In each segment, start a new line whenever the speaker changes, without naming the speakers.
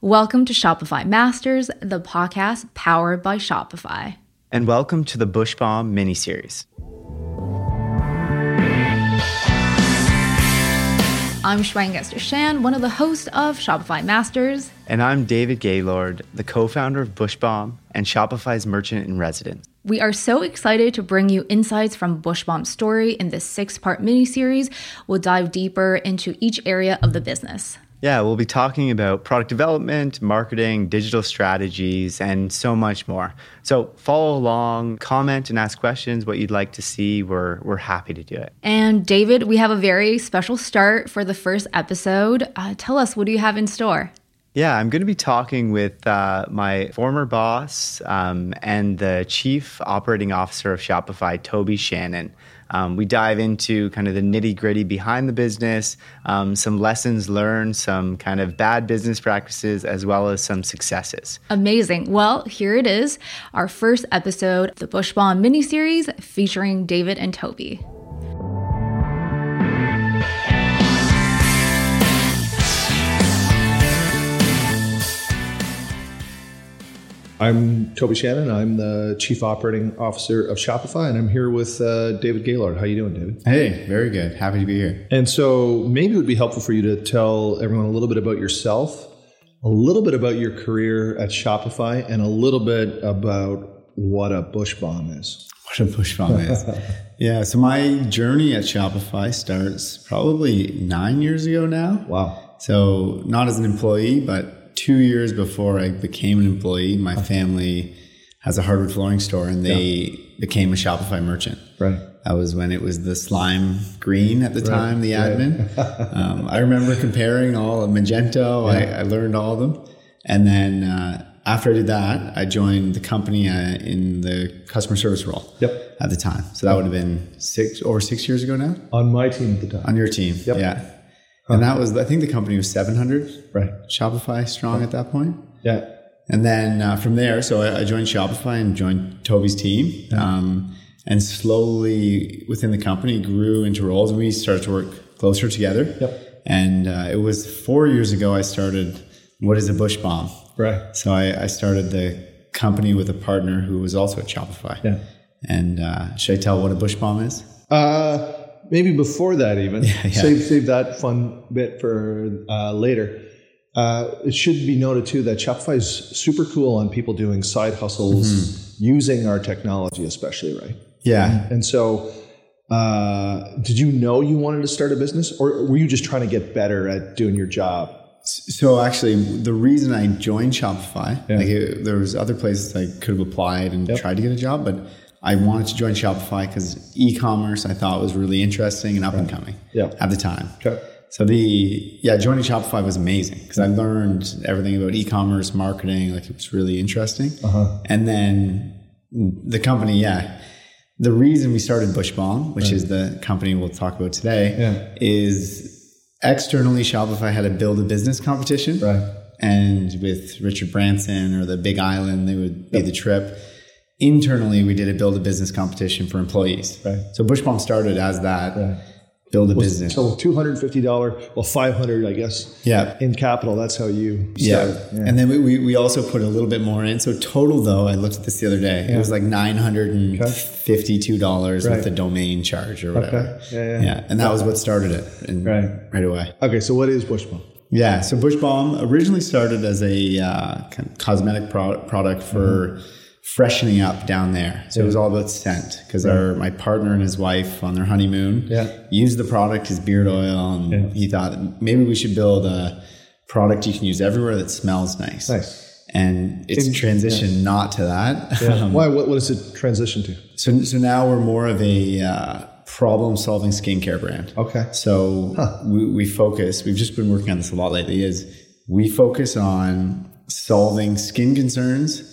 Welcome to Shopify Masters, the podcast powered by Shopify.
And welcome to the Bush Bomb miniseries.
I'm Schwangester Shan, one of the hosts of Shopify Masters.
And I'm David Gaylord, the co founder of Bush Bomb and Shopify's merchant in residence.
We are so excited to bring you insights from Bushbomb's story in this six part miniseries. We'll dive deeper into each area of the business.
Yeah, we'll be talking about product development, marketing, digital strategies, and so much more. So follow along, comment, and ask questions what you'd like to see. We're, we're happy to do it.
And David, we have a very special start for the first episode. Uh, tell us, what do you have in store?
Yeah, I'm going to be talking with uh, my former boss um, and the chief operating officer of Shopify, Toby Shannon. Um, we dive into kind of the nitty gritty behind the business, um, some lessons learned, some kind of bad business practices, as well as some successes.
Amazing. Well, here it is our first episode of the Bushbaum miniseries featuring David and Toby.
I'm Toby Shannon. I'm the Chief Operating Officer of Shopify, and I'm here with uh, David Gaylord. How you doing, David?
Hey, very good. Happy to be here.
And so maybe it would be helpful for you to tell everyone a little bit about yourself, a little bit about your career at Shopify, and a little bit about what a bush bomb is.
What a push bomb is. yeah, so my journey at Shopify starts probably nine years ago now.
Wow.
So not as an employee, but two years before I became an employee, my family has a hardwood flooring store and they became a Shopify merchant.
Right.
That was when it was the slime green at the time, the admin. um, I remember comparing all of Magento. I, I learned all of them. And then uh, after I did that, I joined the company uh, in the customer service role
Yep.
at the time. So that would have been six over six years ago now
On my team at the time.
on your team.
Yep.
Yeah. And that was, I think the company was 700
Right.
Shopify strong at that point.
Yeah.
And then uh, from there, so I, I joined Shopify and joined Toby's team, um, and slowly within the company grew into roles, and we started to work closer together.
Yep.
And uh, it was four years ago I started what is a bush bomb.
Right.
So I, I started the company with a partner who was also at Shopify.
Yeah.
And uh, should I tell what a bush bomb is?
Uh, maybe before that, even
yeah.
save save that fun bit for uh, later. Uh, it should be noted too that Shopify is super cool on people doing side hustles
Mm-hmm.
using our technology, especially right.
Yeah.
And so, uh, did you know you wanted to start a business, or were you just trying to get better at doing your job?
So actually, the reason I joined Shopify, like it, there was other places I could have applied and tried to get a job, but I wanted to join Shopify because e-commerce I thought was really interesting and up and coming
Yep.
at the time.
Okay.
So the yeah, joining Shopify was amazing because I learned everything about e-commerce marketing. Like it was really interesting. And then the company, yeah, the reason we started Bush Bomb, which is the company we'll talk about today,
Yeah.
is externally Shopify had a build a business competition,
Right.
And with Richard Branson or the Big Island, they would be the trip. Internally, we did a build a business competition for employees.
Right.
So Bush Bomb started as that build a business.
So two hundred fifty dollar, well five hundred, I guess.
Yeah.
In capital, that's how you.
Yeah.
started.
And then we, we, we also put a little bit more in. So total though, I looked at this the other day. It was like nine hundred and fifty two dollars
Right.
with the domain charge or whatever.
Okay. Yeah, yeah.
And that was what started it. And
Right.
right away.
Okay, so what is Bushball?
Yeah. So Bush Bomb originally started as a uh, kind of cosmetic pro- product for
Mm-hmm.
freshening up down there. So it was all about scent because our my partner and his wife on their honeymoon
Yeah.
used the product as beard oil, and he thought maybe we should build a product you can use everywhere that smells nice.
Nice.
And it's transitioned not to that.
Why? What, what does it transition to?
So, so now we're more of a uh, problem solving skincare brand.
Okay.
So we, we focus, we've just been working on this a lot lately, is we focus on solving skin concerns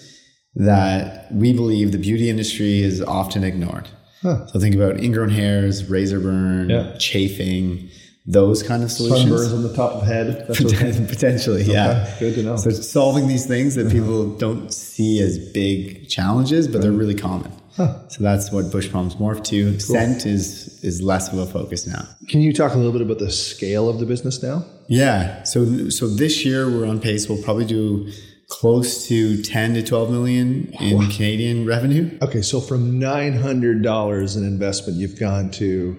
that we believe the beauty industry is often ignored. So think about ingrown hairs, razor burn,
Yeah.
chafing, those kind of solutions.
Sunburns on the top of head. That's what
Poten- Potentially, yeah.
good to know. Uh-huh.
So it's solving these things that people don't see as big challenges, but they're really common. So that's what bush palms morphed to. Scent is is less of a focus now.
Can you talk a little bit about the scale of the business now?
Yeah. So so this year we're on pace. We'll probably do close to 10 to 12 million in Canadian revenue.
Okay, so from nine hundred dollars in investment, you've gone to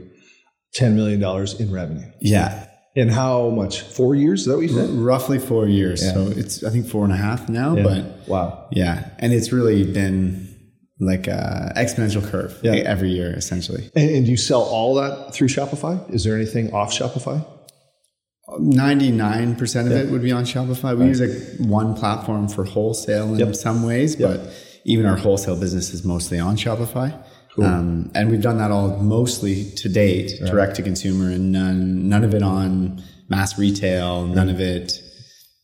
ten million dollars in revenue.
Yeah.
In how much? Four years? Is that what you said?
Roughly four years. So it's I think four and a half now, but
wow.
yeah. And it's really been like a exponential curve
Yeah.
like, every year essentially.
And, and do you sell all that through Shopify? Is there anything off Shopify?
99% of it would be on Shopify. We use like one platform for wholesale in some ways, but even our wholesale business is mostly on Shopify. Um, and we've done that all mostly to date, direct to consumer, and none, none of it on mass retail, none of it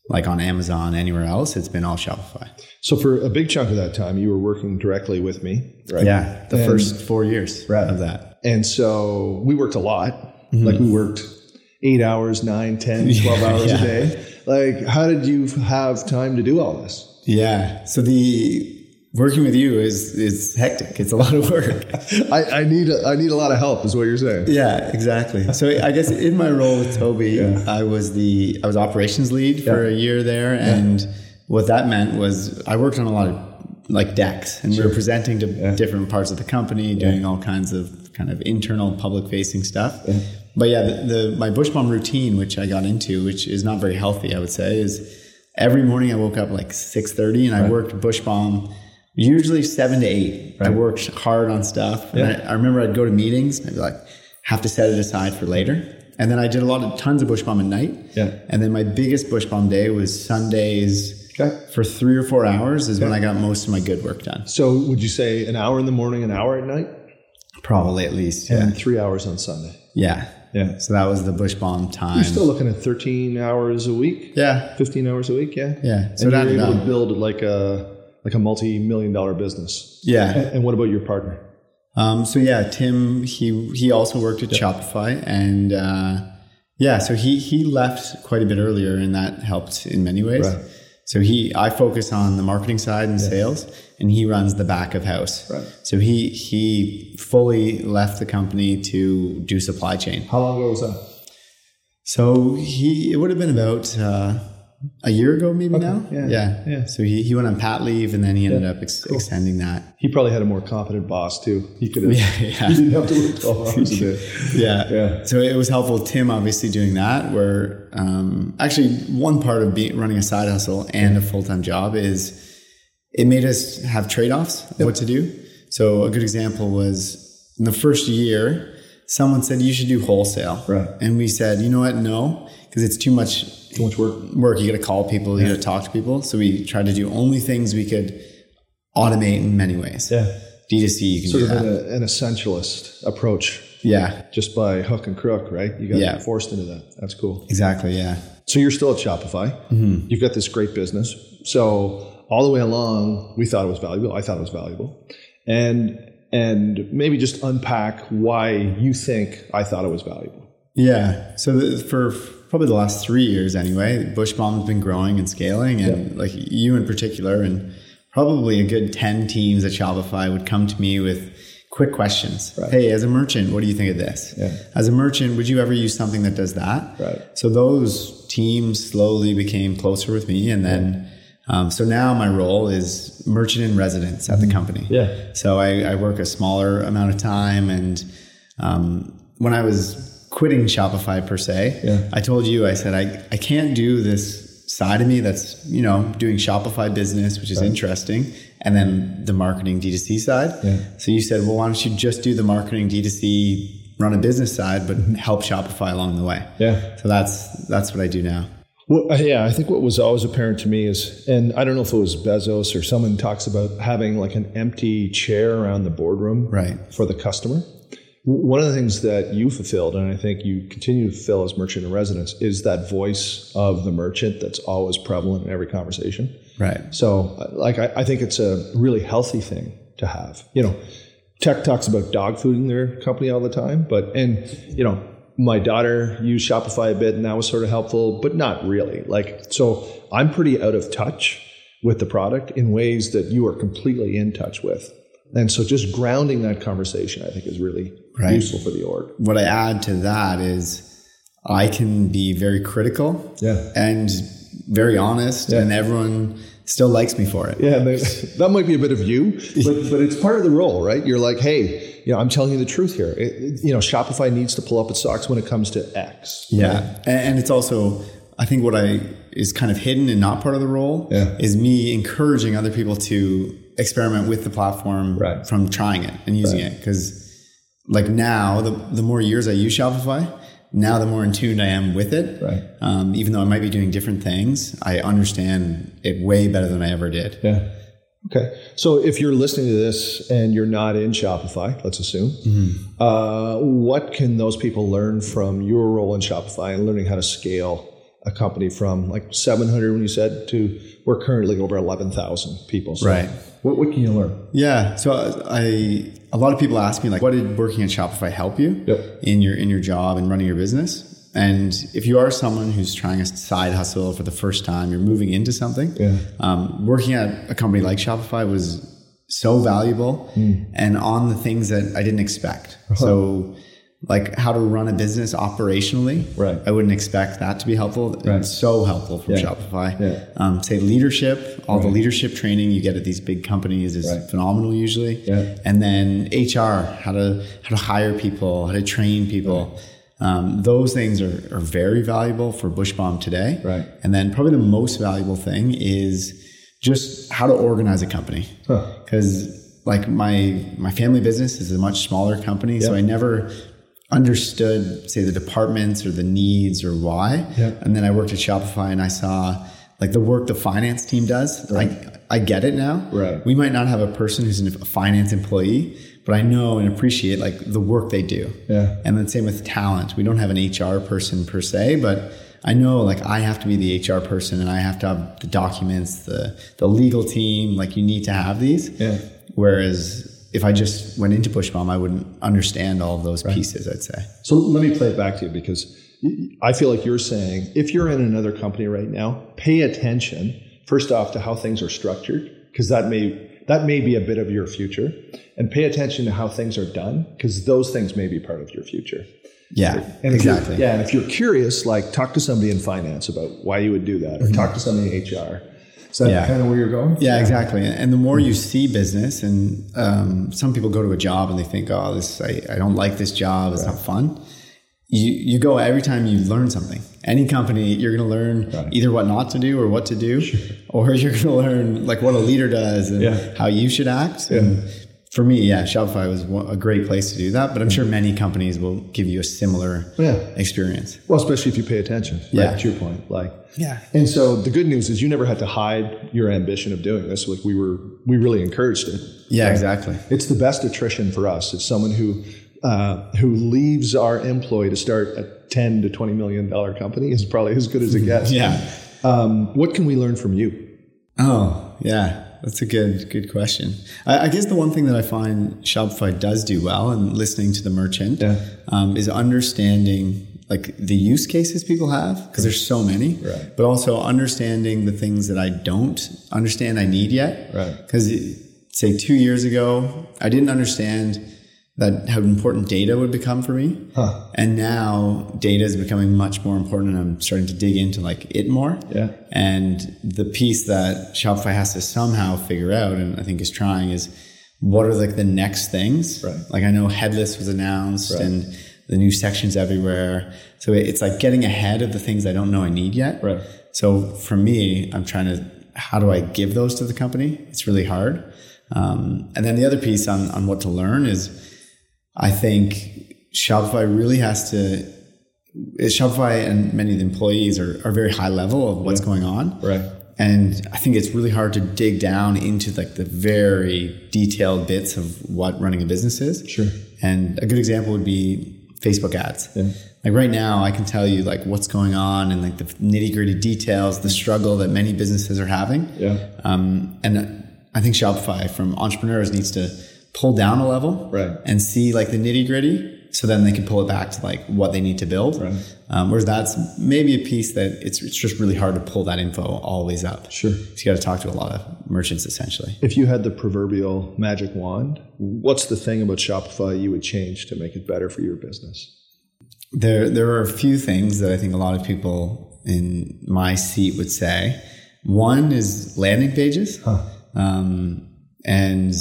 like on Amazon, anywhere else. It's been all Shopify.
So for a big chunk of that time, you were working directly with me, right?
Yeah. The
And-
first four years
Right.
of that.
And so we worked a lot.
Mm-hmm.
Like we worked eight hours, nine, 10, 12 hours a day. Like, how did you have time to do all this?
Yeah. So the working with you is, is hectic. It's a lot of work.
I, I need a, I need a lot of help, is what you're saying.
Yeah, exactly. So I guess in my role with Toby, I was the I was operations lead for a year there, and what that meant was I worked on a lot of like decks, and we were presenting to different parts of the company, doing all kinds of kind of internal public facing stuff. But yeah, the, the my bush bomb routine, which I got into, which is not very healthy, I would say, is every morning I woke up like six thirty, and I worked bush bomb usually seven to eight. I worked hard on stuff. And I, I remember I'd go to meetings and I'd be like, have to set it aside for later. And then I did a lot of tons of bush bomb at night.
Yeah.
And then my biggest bush bomb day was Sundays
Okay.
for three or four hours is when I got most of my good work done.
So would you say an hour in the morning, an hour at night,
Probably at least. Yeah.
and three hours on Sunday?
Yeah.
Yeah.
So that was the bush bomb time.
You're still looking at 13 hours a week,
yeah.
15 hours a week, yeah.
Yeah. So
So and
that,
you're able
no.
to build like a like a multi-million dollar business.
yeah.
And what about your partner?
Um, so yeah, Tim he he also worked at Shopify, and uh, yeah, so he he left quite a bit earlier, and that helped in many ways.
Right.
So he I focus on the marketing side and sales, and he runs the back of house.
Right.
So he he fully left the company to do supply chain.
How long ago was that?
So he it would have been about uh, a year ago, maybe now.
yeah,
yeah,
yeah.
So he he went on pat leave, and then he ended up ex- extending that.
He probably had a more competent boss too. He could have.
yeah.
He didn't have to work twelve hours a day.
yeah.
Yeah.
So it was helpful. Tim obviously doing that. Where um, actually one part of be, running a side hustle and a full time job is it made us have trade offs of what to do. So a good example was in the first year, someone said you should do wholesale,
Right.
And we said, you know what, no, because it's too much
Too much work.
work. You got to call people, you got to talk to people. So we tried to do only things we could automate in many ways.
Yeah.
D2C, you can
Sort
do
of
that.
an, an essentialist approach,
yeah.
just by hook and crook, right? You got
Yeah.
forced into that. That's cool.
Exactly. Yeah.
So you're still at Shopify.
Mm-hmm.
You've got this great business. So all the way along, we thought it was valuable. I thought it was valuable, and and maybe just unpack why you think I thought it was valuable.
Yeah. So the, for probably the last three years, anyway, Bush Bomb's been growing and scaling, and like you in particular, and probably a good ten teams at Shopify would come to me with quick questions. Hey, as a merchant, what do you think of this?
Yeah.
As a merchant, would you ever use something that does that?
Right.
So those teams slowly became closer with me, and then. Um, so now my role is merchant in residence at the company.
Mm-hmm. Yeah.
So I, I work a smaller amount of time, and um, when I was quitting Shopify per se,
Yeah.
I told you I said I, I can't do this side of me that's you know doing Shopify business, which is interesting, and then the marketing D2C side.
Yeah.
So you said, well, why don't you just do the marketing D2C, run a business side, but help Shopify along the way.
Yeah.
So that's that's what I do now.
Well, uh, yeah, I think what was always apparent to me is, and I don't know if it was Bezos or someone talks about having like an empty chair around the boardroom
Right.
for the customer. W- One of the things that you fulfilled, and I think you continue to fulfill as merchant in residence, is that voice of the merchant that's always prevalent in every conversation.
Right.
So, uh, like, I, I think it's a really healthy thing to have. You know, tech talks about dog fooding their company all the time, but, and, you know, my daughter used Shopify a bit and that was sort of helpful, but not really. Like, so I'm pretty out of touch with the product in ways that you are completely in touch with. And so just grounding that conversation, I think, is really
Right.
useful for the org.
What I add to that is I can be very critical
Yeah.
and very honest, and everyone still likes me for it.
Yeah, and they- that might be a bit of you, but, but it's part of the role, right? You're like, hey, you know, I'm telling you the truth here. It- it- you know, Shopify needs to pull up its socks when it comes to X.
Yeah. And, and it's also, I think what I is kind of hidden and not part of the role
Yeah.
is me encouraging other people to experiment with the platform
Right.
from trying it and using it. Cause like now the, the more years I use Shopify, now the more in tune I am with it.
Right.
Um, even though I might be doing different things, I understand it way better than I ever did.
Yeah. Okay. So if you're listening to this and you're not in Shopify, let's assume,
Mm-hmm.
uh, what can those people learn from your role in Shopify and learning how to scale a company from like 700 when you said to we're currently over 11,000 people. So
Right.
What, what can you learn?
Yeah. So I, I a lot of people ask me like, what did working at Shopify help you
Yep.
in your in your job and running your business? And if you are someone who's trying a side hustle for the first time, you're moving into something.
Yeah.
Um, working at a company like Shopify was so valuable
Hmm.
and on the things that I didn't expect.
Uh-huh.
So like how to run a business operationally.
Right.
I wouldn't expect that to be helpful.
Right.
It's so helpful from Shopify.
Yeah.
Um, say leadership, all the leadership training you get at these big companies is
Right.
phenomenal usually.
Yeah.
And then HR, how to how to hire people, how to train people. Um, those things are, are very valuable for Bush Bomb today.
Right.
And then probably the most valuable thing is just how to organize a company.
Huh.
Because like my my family business is a much smaller company, so
Yeah.
I never understood say the departments or the needs or why.
Yeah.
And then I worked at Shopify and I saw like the work the finance team does. Like I get it now.
Right.
We might not have a person who's a finance employee, but I know and appreciate like the work they do.
Yeah.
And then same with talent. We don't have an HR person per se, but I know like I have to be the HR person and I have to have the documents, the the legal team, like you need to have these.
Yeah.
Whereas if I just went into Pushbomb, I wouldn't understand all of those pieces, I'd say.
So let me play it back to you because I feel like you're saying if you're in another company right now, pay attention first off to how things are structured because that may that may be a bit of your future, and pay attention to how things are done because those things may be part of your future.
Yeah.
And if you're-
exactly.
yeah, and if you're curious, like talk to somebody in finance about why you would do that, or talk to somebody in HR. Is that
Mm-hmm. Yeah.
kind of where you're going?
Yeah, exactly. And the more you see business, and um, some people go to a job and they think, "Oh, this I, I don't like this job. It's not fun." You you go every time you learn something. Any company, you're going to learn either what not to do or what to do, or you're going to learn like what a leader does and
Yeah.
how you should act. And for me, yeah, Shopify was one, a great place to do that. But I'm sure many companies will give you a similar
Yeah.
experience.
Well, especially if you pay attention. right,
Yeah.
to your point, like.
Yeah.
And so the good news is you never had to hide your ambition of doing this. Like we were, we really encouraged it.
Yeah, exactly.
It's the best attrition for us. It's someone who, uh, who leaves our employ to start a ten to twenty million dollar company is probably as good as it gets.
Yeah.
Um, what can we learn from you?
Oh, yeah. That's a good good question. I, I guess the one thing that I find Shopify does do well, and listening to the merchant,
Yeah.
um, is understanding like the use cases people have because there's so many,
Right.
but also understanding the things that I don't understand I need yet.
Right.
Because say two years ago, I didn't understand that how important data would become for me,
Huh.
and now data is becoming much more important. And I'm starting to dig into like it more.
Yeah.
And the piece that Shopify has to somehow figure out, and I think is trying, is what are like the next things?
Right.
Like I know headless was announced and the new sections everywhere. So it- it's like getting ahead of the things I don't know I need yet.
Right.
So for me, I'm trying to how do I give those to the company? It's really hard. Um, and then the other piece on on what to learn is I think Shopify really has to Shopify and many of the employees are, are very high level of what's going on.
Right.
And I think it's really hard to dig down into like the very detailed bits of what running a business is.
Sure.
And a good example would be Facebook ads. Like right now, I can tell you like what's going on and like the nitty gritty details, the struggle that many businesses are having.
Yeah.
Um, and I think Shopify from entrepreneurs needs to pull down a level
Right.
and see like the nitty gritty So then they can pull it back to like what they need to build.
Right.
Um, whereas that's maybe a piece that it's, it's just really hard to pull that info always up.
Sure.
So you got to talk to a lot of merchants essentially.
If you had the proverbial magic wand, what's the thing about Shopify you would change to make it better for your business?
There, there are a few things that I think a lot of people in my seat would say. One is landing pages, um, and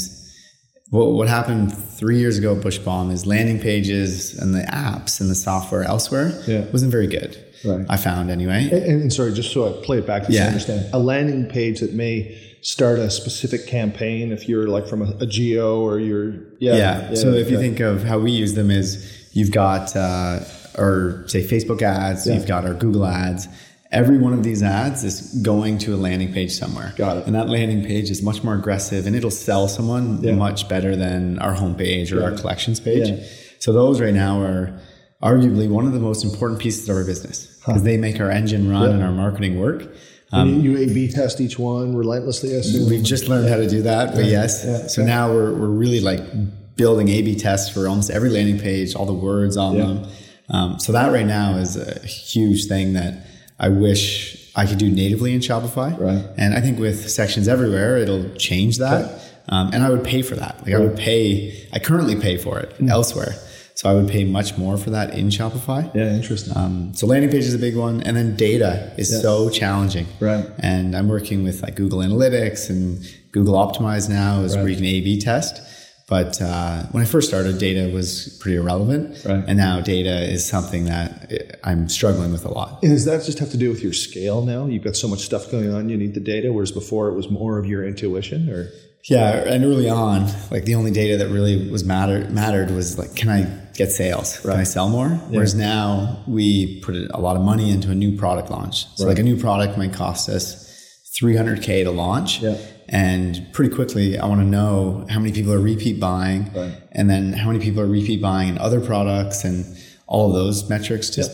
what, what happened three years ago at Bush Bomb is landing pages and the apps and the software elsewhere
Yeah.
wasn't very good.
Right.
I found anyway.
And, and- and sorry, just so I play it back, so you
Yeah.
understand. A landing page that may start a specific campaign if you're like from a, a geo or you're yeah.
yeah. So if you
yeah.
think of how we use them is you've got uh, our say Facebook ads, you've got our Google ads. Every one of these ads is going to a landing page somewhere.
Got it.
And that landing page is much more aggressive and it'll sell someone
Yeah.
much better than our homepage or our collections page.
Yeah.
So those right now are arguably one of the most important pieces of our business because they make our engine run and our marketing work. um,
And you A/B test each one relentlessly, I assume.
We've just learned how to do that, but yes. so now we're, we're really like building A/B tests for almost every landing page, all the words on them. Um, so that right now is a huge thing that I wish I could do natively in Shopify.
Right.
And I think with sections everywhere, it'll change that. Um, and I would pay for that. Like I would pay. I currently pay for it elsewhere. So I would pay much more for that in Shopify.
Yeah, interesting.
Um, so landing page is a big one, and then data is so challenging.
Right.
And I'm working with like Google Analytics and Google Optimize now, is where you can A/B test. But uh, when I first started, data was pretty irrelevant,
Right.
and now data is something that eh, I'm struggling with a lot.
and does that just have to do with your scale now? You've got so much stuff going on, you need the data, whereas before it was more of your intuition or
Yeah, and early on, like the only data that really was matter mattered was like, can I get sales? Can I sell more? Whereas now we put a lot of money into a new product launch. So like a new product might cost us 300k to launch,
Yeah.
and pretty quickly I want to know how many people are repeat buying,
Right.
and then how many people are repeat buying in other products, and all of those metrics. Just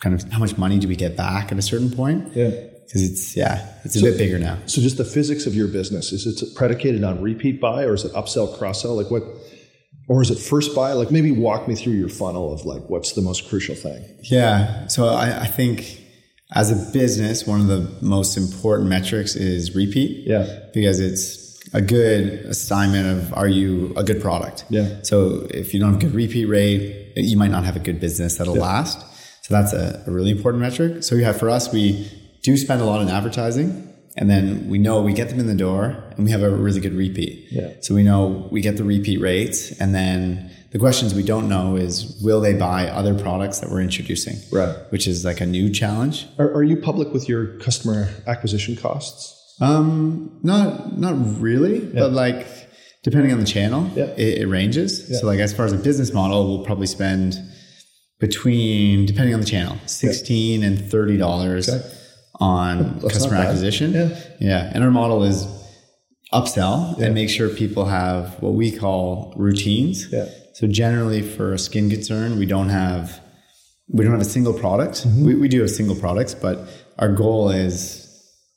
kind of how much money do we get back at a certain point?
Yeah.
because it's yeah, it's a bit bigger now.
So just the physics of your business is it predicated on repeat buy or is it upsell cross sell like what or is it first buy like maybe walk me through your funnel of like what's the most crucial thing
Yeah. So I, I think as a business, one of the most important metrics is repeat.
Yeah.
Because it's a good assignment of are you a good product?
Yeah.
So if you don't have a good repeat rate, you might not have a good business that'll last. So that's a, a really important metric. So yeah, for us, we do spend a lot on advertising. And then we know we get them in the door and we have a really good repeat.
Yeah.
So we know we get the repeat rates, and then the questions we don't know is will they buy other products that we're introducing?
Right.
Which is like a new challenge.
are, are you public with your customer acquisition costs
Um, not not really, but like depending on the channel,
Yeah.
it, it ranges. So like as far as a business model, we'll probably spend between depending on the channel, sixteen and thirty dollars on customer
not bad.
acquisition.
Yeah.
yeah, and our model is upsell and make sure people have what we call routines.
Yeah.
So generally for a skin concern, we don't have we don't have a single product.
Mm-hmm.
We, we do have single products, but our goal is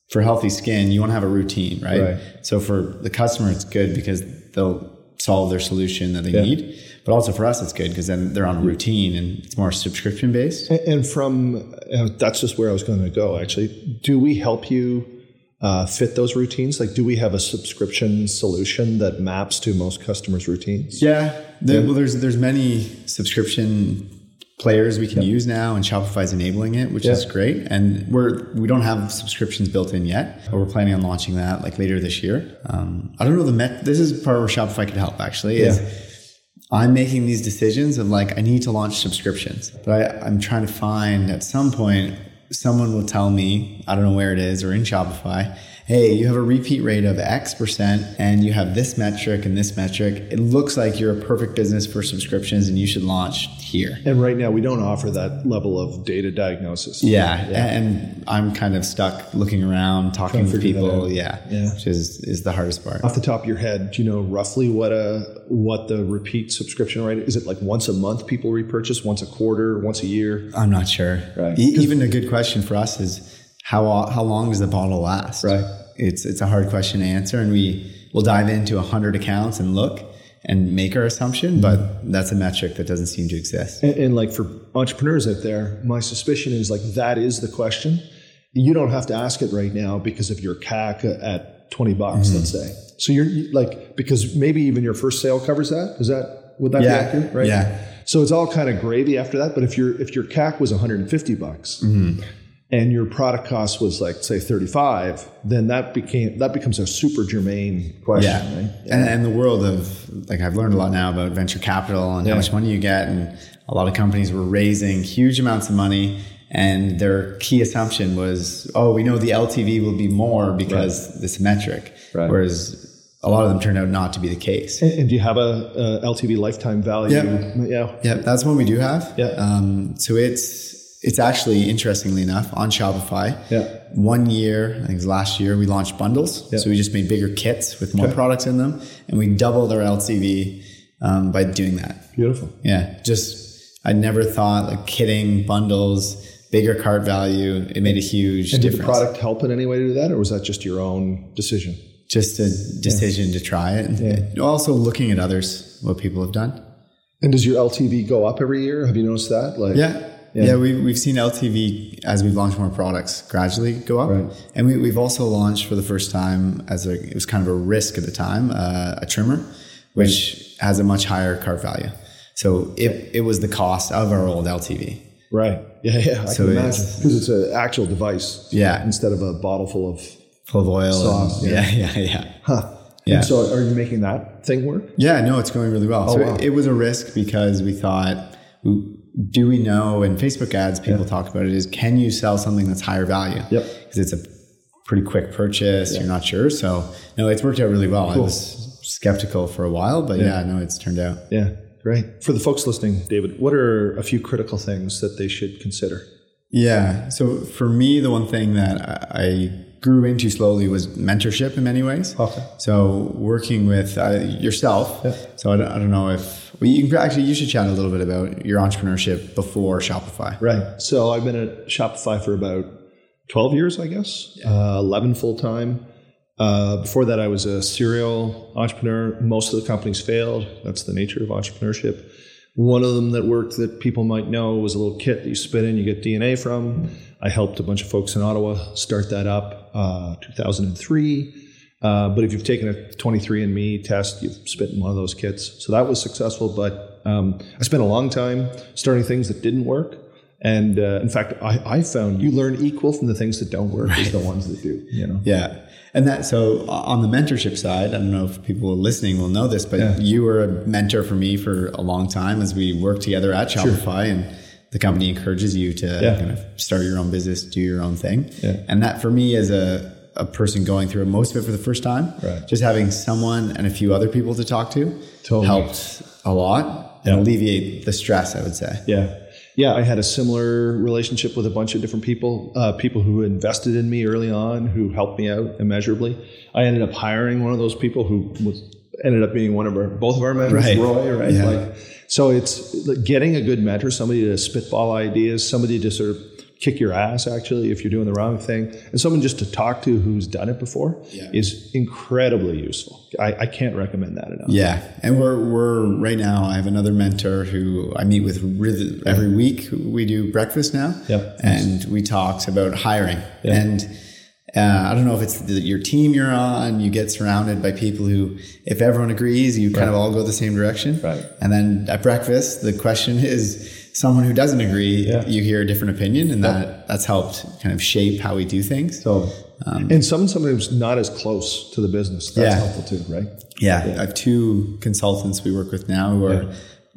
for healthy skin, you want to have a routine, right?
Right.
So for the customer, it's good because they'll solve their solution that they need. But also for us, it's good because then they're on a routine and it's more subscription based.
and, and from uh, that's just where i was going to go actually do we help you uh, fit those routines like do we have a subscription solution that maps to most customers routines
Yeah. There, well, there's there's many subscription players we can use now, and Shopify's enabling it, which is
Yeah.
great. And we're we don't have subscriptions built in yet, but we're planning on launching that like later this year. Um, I don't know the met. This is part where Shopify could help actually. Is
Yeah.
I'm making these decisions of like I need to launch subscriptions, but I, I'm trying to find at some point someone will tell me I don't know where it is or in Shopify. Hey, you have a repeat rate of X percent and you have this metric and this metric. It looks like you're a perfect business for subscriptions and you should launch here.
and right now we don't offer that level of data diagnosis
Yeah, a- and I'm kind of stuck looking around, talking to
figure that
people.
out.
Yeah,
Yeah.
which is is the hardest part.
off the top of your head, do you know roughly what a what the repeat subscription rate is? It like once a month people repurchase, once a quarter, once a year.
I'm not sure.
Right.
E- even a good question for us is how how long does the bottle last?
Right.
It's it's a hard question to answer, and we will dive into hundred accounts and look, and make our assumption, but that's a metric that doesn't seem to exist.
And, and like for entrepreneurs out there, my suspicion is like that is the question. You don't have to ask it right now because of your CAC at 20 bucks, let's
Mm-hmm.
say. So you're you- like, because maybe even your first sale covers that. Is that, would that
Yeah.
be accurate? Right.
Yeah.
So it's all kind of gravy after that. But if your, if your CAC was 150 bucks
Mm-hmm.
and your product cost was like, say 35, then that became, that becomes a super germane question.
Yeah.
Right?
And, and the world of, like, I've learned a lot now about venture capital and how much money you get. And a lot of companies were raising huge amounts of money. And their key assumption was, oh, we know the LTV will be more because this metric.
Right.
Whereas a lot of them turned out not to be the case.
And, and do you have a, a LTV lifetime value?
Yeah.
Yeah.
Yeah, that's one we do have.
Yeah.
Um, so it's it's actually interestingly enough on Shopify.
Yeah.
One year, I think it was last year, we launched bundles.
Yeah.
So we just made bigger kits with more products in them, and we doubled our LTV um, by doing that.
Beautiful.
Yeah, just I never thought like kitting bundles, bigger cart value. It made a huge
And did the
difference.
product help in any way to do that, or was that just your own decision?
just a decision to try it. And Also looking at others, what people have done.
And does your LTV go up every year? Have you noticed that? Like,
Yeah. Yeah, we, we've seen LTV as we've launched more products gradually go up.
Right.
And we, we've also launched for the first time, as a, it was kind of a risk at the time, uh, a trimmer, which has a much higher cart value. So it, it was the cost of our old LTV.
right. Yeah, yeah. I
So
can
it's-
imagine because it's an actual device.
Yeah.
instead of a bottle full of.
Full of oil.
Sauce,
and, yeah. yeah, yeah, yeah.
Huh.
Yeah.
And so, are you making that thing work?
no, it's going really well. so
Oh, wow.
it, it was a risk because we thought, w- do we know, and Facebook ads, people talk about it, is can you sell something that's higher value?
Yep.
Because it's a pretty quick purchase. You're not sure. So, no, it's worked out really well. I was skeptical for a while, but yeah, no, it's turned out.
Yeah. Great. For the folks listening, David, what are a few critical things that they should consider?
Yeah. So for me, the one thing that I, I grew into slowly was mentorship in many ways.
Okay.
So working with uh, yourself. So I don't, I don't know if well, you can actually you should chat a little bit about your entrepreneurship before Shopify.
Right. So I've been at Shopify for about 12 years, I guess, uh, 11 full time. Uh, before that, I was a serial entrepreneur. Most of the companies failed. That's the nature of entrepreneurship. One of them that worked that people might know was a little kit that you spit in, you get DNA from. I helped a bunch of folks in Ottawa start that up, uh, 2003. Uh, but if you've taken a 23andMe test, you've spit in one of those kits. So that was successful. But um, I spent a long time starting things that didn't work. And uh, in fact, I, I found you learn equal from the things that don't work as the ones that do. You know,
Yeah. And that so uh, on the mentorship side, I don't know if people listening will know this, but you were a mentor for me for a long time as we worked together at Shopify and the company encourages you to
Yeah.
kind of start your own business, do your own thing.
Yeah.
And that for me as a a person going through most of it for the first time,
Right.
just having someone and a few other people to talk to
Totally.
helped a lot and
Yeah.
alleviate the stress, I would say.
Yeah. Yeah, I had a similar relationship with a bunch of different people, uh, people who invested in me early on, who helped me out immeasurably. I ended up hiring one of those people who was ended up being one of our both of our mentors,
Right.
Roy, right?
Yeah.
Like, so it's like getting a good mentor, somebody to spitball ideas, somebody to sort of kick your ass actually if you're doing the wrong thing, and someone just to talk to who's done it before
Yeah.
is incredibly useful. I, I can't recommend that enough.
Yeah, and we're we're right now. I have another mentor who I meet with really, every week. We do breakfast now,
Yep.
and we talked about hiring. And uh, I don't know if it's the, your team you're on. You get surrounded by people who, if everyone agrees, you kind of all go the same direction.
Right.
And then at breakfast, the question is someone who doesn't agree.
Yeah.
You hear a different opinion, and that that's helped kind of shape how we do things.
So, and some sometimes not as close to the business. That's
Yeah.
helpful too, right?
Yeah, I have two consultants we work with now who are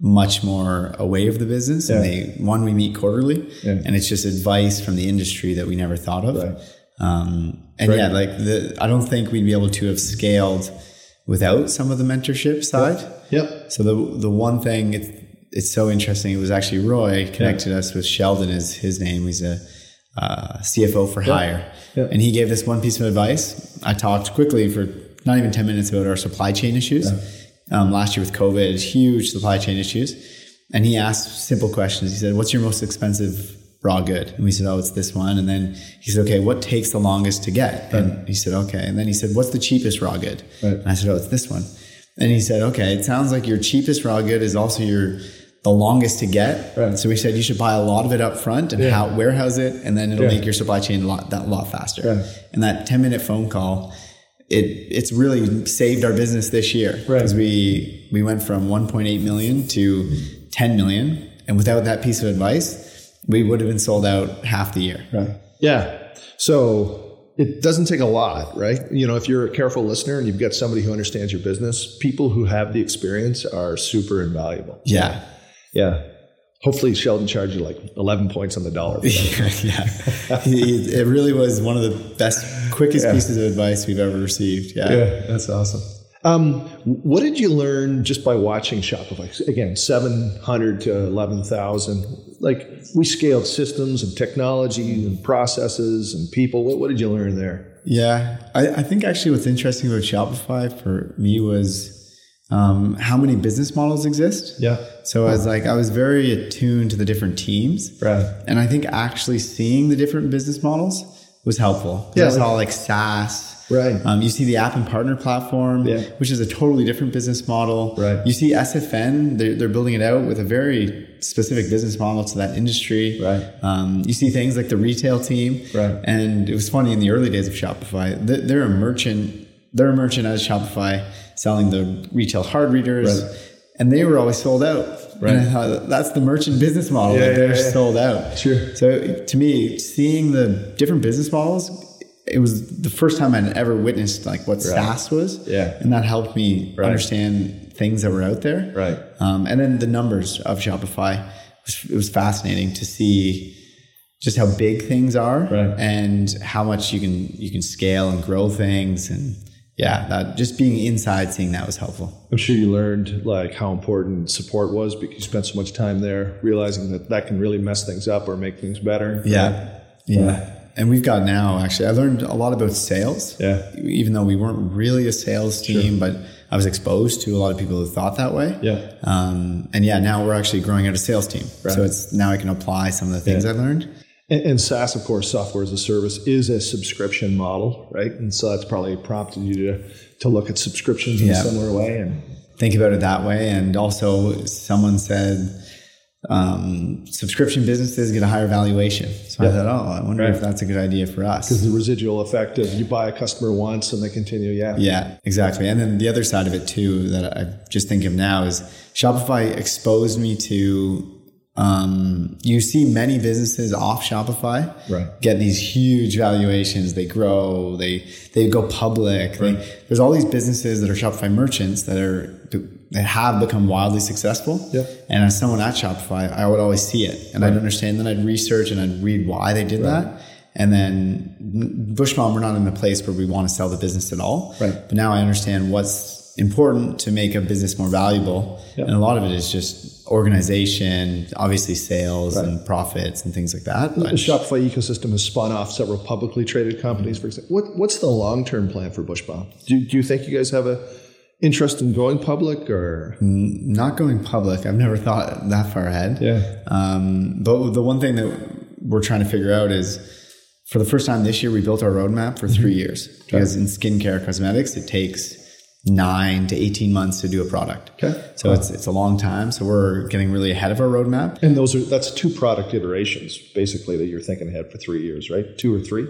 much more away of the business. And
Yeah.
they one we meet quarterly,
Yeah.
and it's just advice from the industry that we never thought of.
Right.
Um, and yeah, like the, I don't think we'd be able to have scaled without some of the mentorship side.
Yep.
So the the one thing it's it's so interesting. It was actually Roy connected us with Sheldon. Is his name? He's a uh, CFO for hire,
Yeah.
and he gave this one piece of advice. I talked quickly for not even ten minutes about our supply chain issues um, last year with COVID. Huge supply chain issues, and he asked simple questions. He said, "What's your most expensive?" Raw good, and we said, "Oh, it's this one." And then he said, "Okay, what takes the longest to get?" And he said, "Okay." And then he said, "What's the cheapest raw good?"
Right.
And I said, "Oh, it's this one." And he said, okay, it sounds like your cheapest raw good is also your the longest to get.
Right.
So we said you should buy a lot of it up front and
Yeah.
how, warehouse it, and then it'll
Yeah.
make your supply chain a lot that lot faster.
Yeah.
And that ten minute phone call, it it's really saved our business this year
Right.
because we we went from 1.8 million to 10 million, and without that piece of advice, we would have been sold out half the year.
Right. Yeah. So it doesn't take a lot, right? You know, if you're a careful listener and you've got somebody who understands your business, people who have the experience are super invaluable.
Yeah.
Yeah. Hopefully, Sheldon charged you like 11 points on the dollar. for that.
yeah, He- it really was one of the best, quickest pieces of advice we've ever received. Yeah.
that's awesome. Um, what did you learn just by watching Shopify? Again, 700 to 11,000. Like, we scaled systems and technology and processes and people. What, what did you learn there?
Yeah, I, I think actually what's interesting about Shopify for me was um, how many business models exist.
Yeah.
So I was like, I was very attuned to the different teams.
Right.
And I think actually seeing the different business models was helpful.
Yeah,
Yeah. I saw
like-
like SaaS.
Right.
Um, you see the app and partner platform,
Yeah.
which is a totally different business model.
Right.
You see SFN, they're, they're building it out with a very specific business model to that industry.
Right.
Um, you see things like the retail team.
Right.
And it was funny in the early days of Shopify, th- they're a merchant, they're a merchant as Shopify selling the retail hard readers.
Right.
And they were always sold out. Right. And I thought, that's the merchant business model.
Yeah,
like, they're
yeah, yeah.
sold out.
Sure.
So to me, seeing the different business models, it was the first time I'd ever witnessed like what SaaS was.
Yeah.
And that helped me
Right.
understand things that were out there.
Right.
Um, and then the numbers of Shopify, was- it was fascinating to see just how big things are
Right.
and how much you can you can scale and grow things and yeah, that, just being inside seeing that was helpful.
I'm sure you learned like how important support was because you spent so much time there, realizing that that can really mess things up or make things better.
Yeah. Yeah. And we've got now actually, I learned a lot about sales.
Yeah.
Even though we weren't really a sales team, but I was exposed to a lot of people who thought that way.
Yeah.
Um, and yeah, now we're actually growing out a sales team.
Right.
So it's now I can apply some of the things
Yeah.
I learned.
And, and SaaS, of course, software as a service, is a subscription model, right? And so that's probably prompted you to to look at subscriptions in
Yeah.
a similar way. And
Think about it that way. And also someone said, um, subscription businesses get a higher valuation. So I thought, oh, I wonder if that's a good idea for us.
the residual effect of you buy a customer once and they continue. Yeah.
Yeah, exactly. And then the other side of it too that I just think of now is Shopify exposed me to. Um, you see many businesses off Shopify
Right.
get these huge valuations. They grow. They they go public. They- there's all these businesses that are Shopify merchants that are that have become wildly successful.
Yeah.
And as someone at Shopify, I would always see it, and I'd understand. Then I'd research and I'd read why they did that. And then Bushmom, we're not in a place where we want to sell the business at all.
Right.
But now I understand what's important to make a business more valuable,
Yeah.
and a lot of it is just organization, obviously sales and profits and things like that.
The
But
Shopify ecosystem has spun off several publicly traded companies. For example, what, what's the long term plan for Bushbaum? Do, do you think you guys have a interest in going public or
not going public. I've never thought that far ahead.
Yeah.
Um, but the one thing that we're trying to figure out is for the first time this year, we built our roadmap for
Mm-hmm.
three years because in skincare cosmetics, it takes nine to 18 months to do a product.
Okay.
So it's, it's a long time. So we're getting really ahead of our roadmap.
And those are that's two product iterations basically that you're thinking ahead for three years, right? Two or three.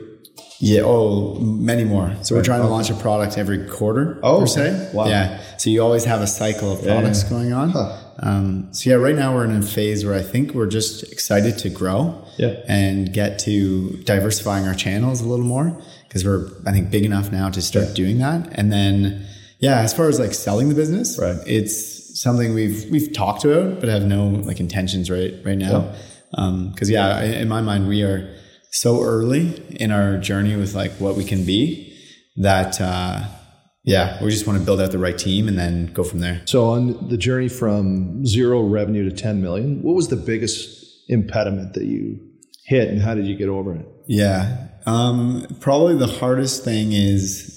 Yeah. Oh, many more. So we're trying to launch a product every quarter.
Oh,
per se.
okay. Wow.
Yeah. So you always have a cycle of products
yeah.
going on.
Huh.
Um, so yeah, right now we're in a phase where I think we're just excited to grow
Yeah.
and get to diversifying our channels a little more because we're I think big enough now to start doing that. And then yeah, as far as like selling the business,
Right.
It's something we've we've talked about but have no like intentions right right now
Yeah.
because yeah in in my mind we are so early in our journey with like what we can be that uh, yeah we just want to build out the right team and then go from there
So on the journey from zero revenue to 10 million, what was the biggest impediment that you hit and how did you get over it?
yeah um, probably the hardest thing is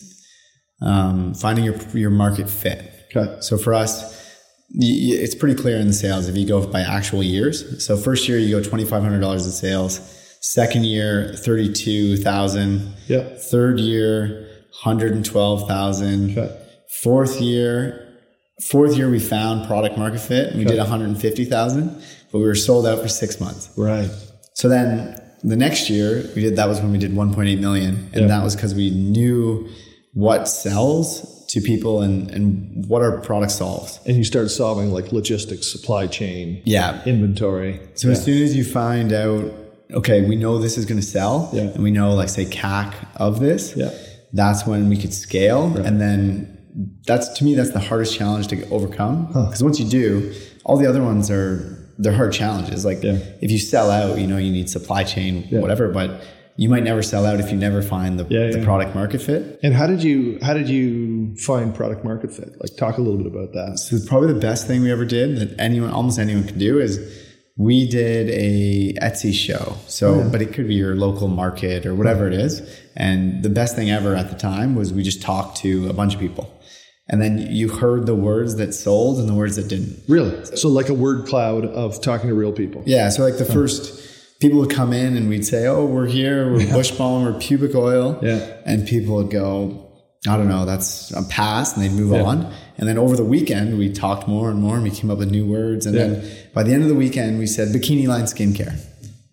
um, finding your your market fit
Okay.
so for us y- y- it's pretty clear in the sales if you go by actual years so first year you go $2500 in sales second year 32000
Yeah.
Third year, 112,000.
Okay.
Fourth year, Fourth year, we found product market fit. We did 150,000, but we were sold out for six months.
Right.
So then the next year we did that was when we did 1.8 million, and that was because we knew what sells to people and and what our product solves.
And you started solving like logistics, supply chain,
Yeah.
inventory.
So as soon as you find out, okay, we know this is going to sell,
Yeah.
and we know like say CAC of this,
Yeah.
that's when we could scale, and then that's to me that's the hardest challenge to overcome because once you do, all the other ones are they're hard challenges. Like
Yeah.
if you sell out, you know you need supply chain, whatever, but you might never sell out if you never find the,
Yeah,
the
yeah.
product market fit.
And how did you how did you find product market fit? Like talk a little bit about that.
So probably the best thing we ever did that anyone, almost anyone, could do is we did a Etsy show. So, but it could be your local market or whatever it is. And the best thing ever at the time was we just talked to a bunch of people, and then you heard the words that sold and the words that didn't.
Really? So like a word cloud of talking to real people.
Yeah. So like the first people would come in and we'd say, "Oh, we're here. We're bush balm. We're pubic oil."
Yeah.
And people would go, "I don't know. That's a pass," and they'd move on. And then over the weekend, we talked more and more, and we came up with new words. And then by the end of the weekend, we said bikini line skincare,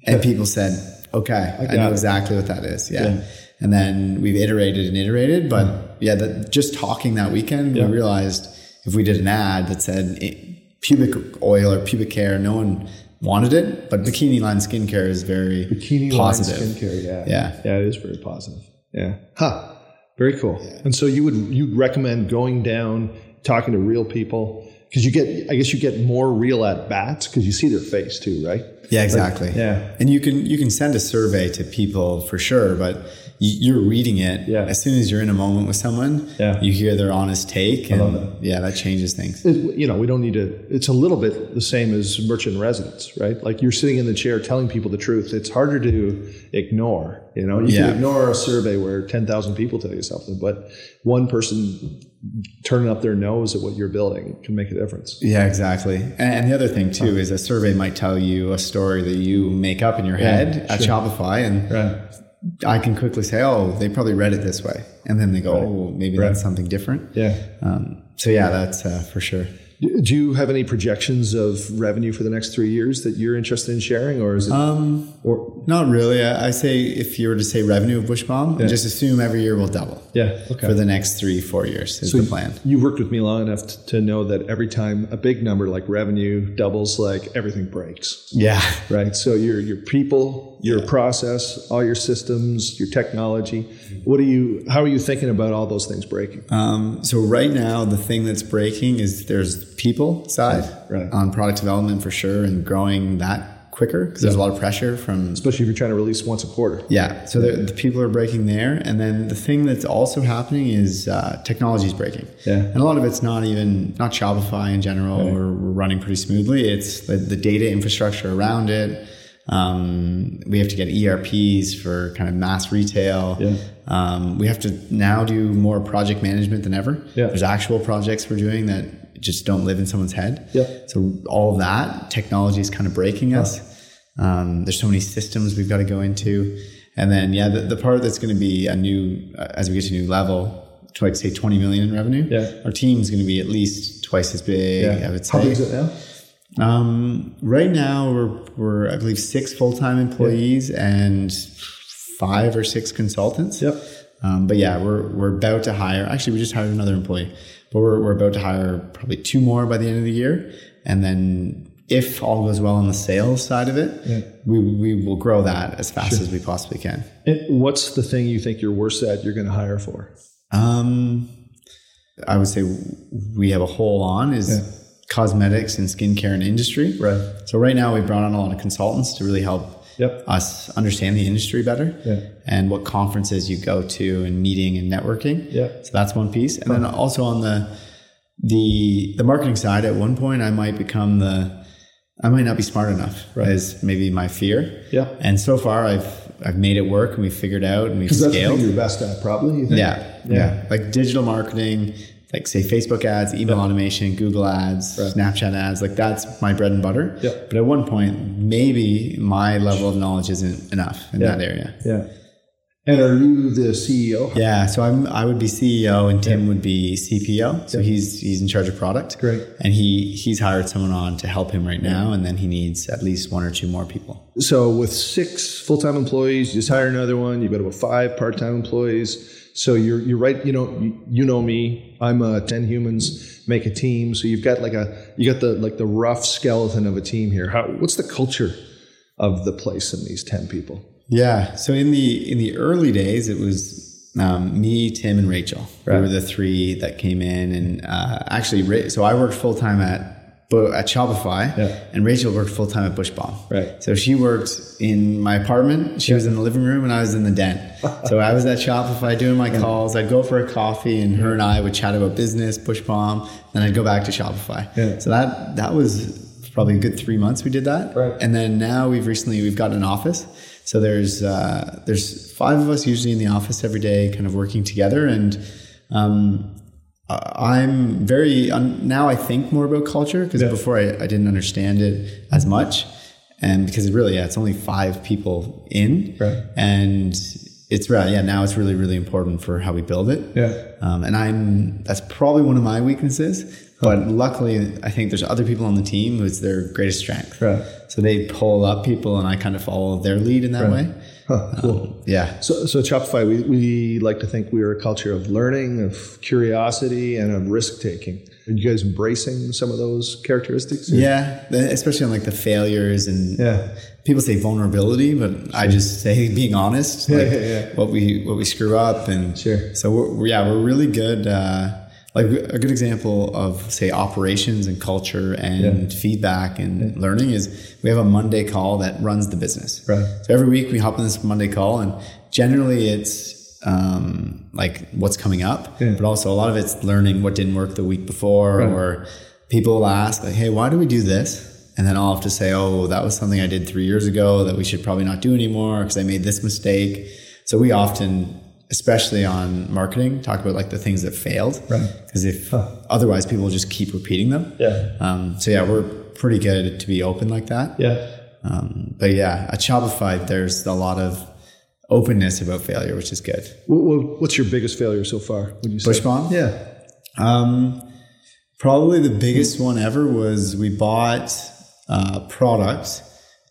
and people said, "Okay, I, know
it.
exactly what that is." Yeah. And then we've iterated and iterated, but yeah, that, just talking that weekend, we realized if we did an ad that said eh, pubic oil or pubic hair, no one wanted it, but bikini line skincare is very
Bikini
positive.
line skincare, yeah.
Yeah.
Yeah, it is very positive. Yeah. Huh. Very cool. And so you would you'd recommend going down, talking to real people. Because you get I guess you get more real at bats because you see their face too, right?
Yeah, exactly.
yeah.
and you can you can send a survey to people for sure, but y- you're reading it
Yeah.
as soon as you're in a moment with someone.
Yeah.
you hear their honest take, and yeah, that changes things.
it- you know, we don't need to. It's a little bit the same as merchant residence, right? Like you're sitting in the chair telling people the truth. It's harder to ignore. You know, you
Yeah.
can ignore a survey where ten thousand people tell you something, but one person turning up their nose at what you're building can make a difference.
Yeah, exactly. And, and the other thing too is a survey might tell you a story that you make up in your head at Shopify, and I can quickly say, "Oh, they probably read it this way," and then they go, "Oh, maybe that's something different."
Yeah.
Um, so yeah, that's uh, for sure.
Do do you have any projections of revenue for the next three years that you're interested in sharing, or is it?
Um,
or
Not really. I, I say if you were to say revenue of Bush Bomb, just assume every year will double.
yeah. Okay.
for the next three, four years is the plan.
You worked with me long enough t- to know that every time a big number like revenue doubles, like everything breaks.
Yeah.
right? So your your people, your process, all your systems, your technology. What are you? How are you thinking about all those things breaking?
Um, so right now, the thing that's breaking is there's people side
Right.
on product development for sure and growing that quicker because there's a lot of pressure from.
Especially if you're trying to release once a quarter.
Yeah. So the, the people are breaking there. And then the thing that's also happening is uh, technology is breaking.
Yeah.
And a lot of it's not even, not Shopify in general. We're, we're running pretty smoothly. It's the, the data infrastructure around it. Um, we have to get ERPs for kind of mass retail.
Yeah.
Um, we have to now do more project management than ever.
Yeah.
There's actual projects we're doing that just don't live in someone's head.
Yeah.
So all of that technology is kind of breaking us. Um, there's so many systems we've got to go into, and then yeah, the, the part that's going to be a new uh, as we get to a new level to like say 20 million in revenue.
Yeah.
Our team's going to be at least twice as big. I would say.
How big is it now?
Um, right now we're, we're, I believe six full-time employees and five or six consultants.
Yep.
Um, but yeah, we're, we're about to hire, actually we just hired another employee, but we're, we're about to hire probably two more by the end of the year. And then if all goes well on the sales side of it, we, we will grow that as fast as we possibly can.
And what's the thing you think you're worse at? You're going to hire for?
Um, I would say we have a hole on is cosmetics and skincare and industry.
Right.
So right now we brought on a lot of consultants to really help
Yep.
us understand the industry better
Yeah.
and what conferences you go to and meeting and networking.
Yeah.
So that's one piece. And then also on the the the marketing side, at one point I might become the I might not be smart enough right. is maybe my fear.
Yeah.
And so far I've I've made it work and we figured out and we've
Because that's the
scaled.
thing you're best at, probably. You think?
Yeah, yeah. Like digital marketing, like say Facebook ads, email automation, Google ads, Snapchat ads, like that's my bread and butter.
Yeah.
But at one point, maybe my level of knowledge isn't enough in that area.
Yeah. And are you the E CEO?
Yeah, so I'm I would be CEO and Tim would be CPO. So he's he's in charge of product.
Great.
And he he's hired someone on to help him right now, and then he needs at least one or two more people.
So with six full-time employees, you just hire another one. You've got about five part-time employees. So you're you're right. You know you, you know me. I'm uh, ten humans make a team. So you've got like a you got the like the rough skeleton of a team here. How, what's the culture of the place in these ten people?
Yeah. So in the in the early days, it was um, me, Tim, and Rachel.
Right.
We were the three that came in, and uh, actually, Ra- so I worked full time at Bu- at Shopify,
Yeah.
and Rachel worked full time at Bushbomb.
Right.
So she worked in my apartment. She was in the living room, and I was in the den. so I was at Shopify doing my calls. I'd go for a coffee, and her and I would chat about business, Bushbomb. Then I'd go back to Shopify.
Yeah.
So that that was probably a good three months we did that
Right.
and then now we've recently we've got an office so there's uh, there's five of us usually in the office every day kind of working together and um, I- i'm very um, now i think more about culture because before I, I didn't understand it as much and because really yeah, it's only five people in
Right.
and it's right yeah now it's really really important for how we build it
Yeah.
um, and I'm that's probably one of my weaknesses. But luckily, I think there's other people on the team who's their greatest strength.
Right.
So they pull up people, and I kind of follow their lead in that way. Um,
Huh, cool.
Yeah.
So, so at Shopify, we, we like to think we are a culture of learning, of curiosity, and of risk taking. Are you guys embracing some of those characteristics?
Yeah, the- especially on like the failures and
Yeah.
people say vulnerability, but I just say being honest, like
yeah, yeah.
what we what we screw up and
Sure.
So we're, we're- yeah, we're really good. Uh, like a good example of say operations and culture and feedback and learning is we have a Monday call that runs the business.
Right.
So every week we hop on this Monday call and generally it's um, like what's coming up,
Yeah.
but also a lot of it's learning what didn't work the week before
Right.
or people will ask like, Hey, why do we do this? And then I'll have to say, Oh, that was something I did three years ago that we should probably not do anymore because I made this mistake. So we often, especially on marketing, talk about like the things that failed
Right.
because if otherwise people just keep repeating them.
Yeah.
Um, so yeah, we're pretty good to be open like that.
Yeah.
Um, but yeah, at Shopify, there's a lot of openness about failure, which is good.
What, what, what's your biggest failure so far? Would you say?
Bush bomb?
Yeah.
Um, probably the biggest one ever was we bought uh, product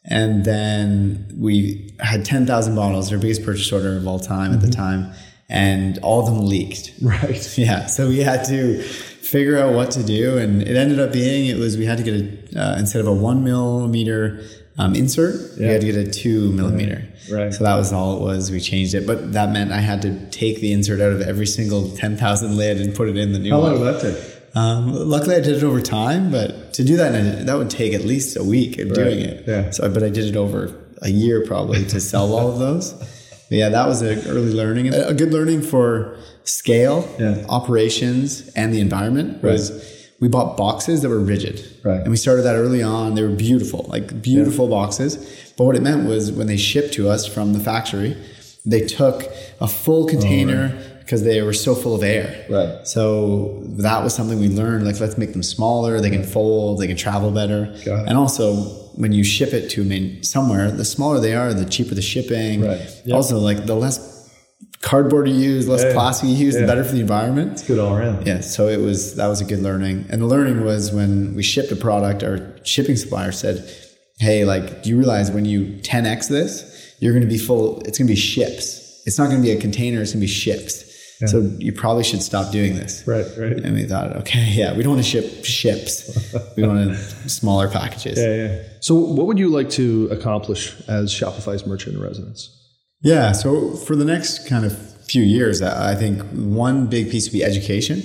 and then we had 10,000 bottles, our biggest purchase order of all time at the time, and all of them leaked.
Right.
Yeah, so we had to figure out what to do, and it ended up being it was we had to get a uh, instead of a one millimeter um, insert, we had to get a two millimeter.
Right.
So that was all it was. We changed it, but that meant I had to take the insert out of every single ten thousand lid and put it in the new
How
one.
long did that take?
Um, luckily, I did it over time, but to do that, in a- that would take at least a week of doing it.
yeah.
So, but I did it over a year probably to sell all of those. But yeah, that was an early learning, and a good learning for scale,
Yeah.
operations, and the environment was we bought boxes that were rigid,
Right.
and we started that early on. They were beautiful, like beautiful boxes. But what it meant was when they shipped to us from the factory, they took a full container because they were so full of air.
Oh, Right.
So that was something we learned. Like, let's make them smaller. They can fold. They can travel better.
Got it.
And also, when you ship it to man- somewhere, the smaller they are, the cheaper the shipping.
Right. Yeah.
Also, like the less cardboard you use, less
Yeah.
plastic you use,
Yeah.
the better for the environment.
Good all around.
Yeah. So it was that was a good learning. And the learning was when we shipped a product, our shipping supplier said, "Hey, like, do you realize when you 10x this, you're going to be full? It's going to be ships. It's not going to be a container. It's going to be ships." So you probably should stop doing this.
Right, right.
And we thought, okay, yeah, we don't want to ship ships. we want to smaller packages.
Yeah, yeah. So, what would you like to accomplish as Shopify's merchant in residence?
Yeah. So for the next kind of few years, I I think one big piece would be education,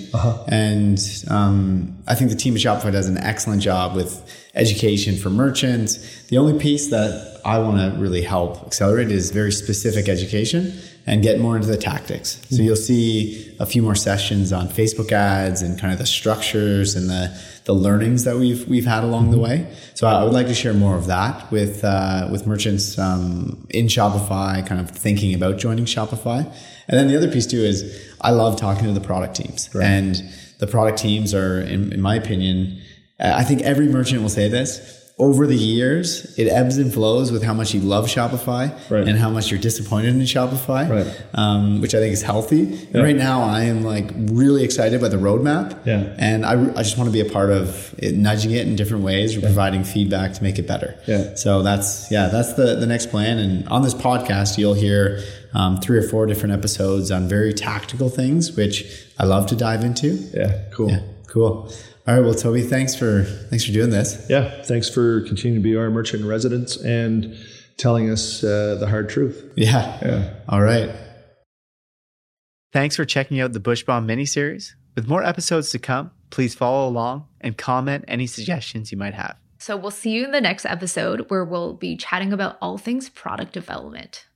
and um, I think the team at Shopify does an excellent job with education for merchants. The only piece that I want to really help accelerate is very specific education and get more into the tactics. So you'll see a few more sessions on Facebook ads and kind of the structures and the the learnings that we've we've had along the way. So I would like to share more of that with uh, with merchants um, in Shopify, kind of thinking about joining Shopify. And then the other piece too is I love talking to the product teams, and the product teams are, in, in my opinion, I think every merchant will say this. over the years, it ebbs and flows with how much you love Shopify
Right.
and how much you're disappointed in Shopify,
Right.
um, which I think is healthy.
Yeah.
And right now, I am like really excited by the roadmap,
Yeah.
and I, I just want to be a part of it, nudging it in different ways or providing feedback to make it better.
Yeah.
So that's yeah, that's the the next plan. And on this podcast, you'll hear um, three or four different episodes on very tactical things, which I love to dive into.
Yeah, cool.
Yeah, cool. All right, well, Toby, thanks for thanks for doing this.
Yeah, thanks for continuing to be our merchant in residence and telling us uh, the hard truth.
Yeah.
Yeah.
All right.
Thanks for checking out the Bush Bomb miniseries. With more episodes to come, please follow along and comment any suggestions you might have.
So we'll see you in the next episode where we'll be chatting about all things product development.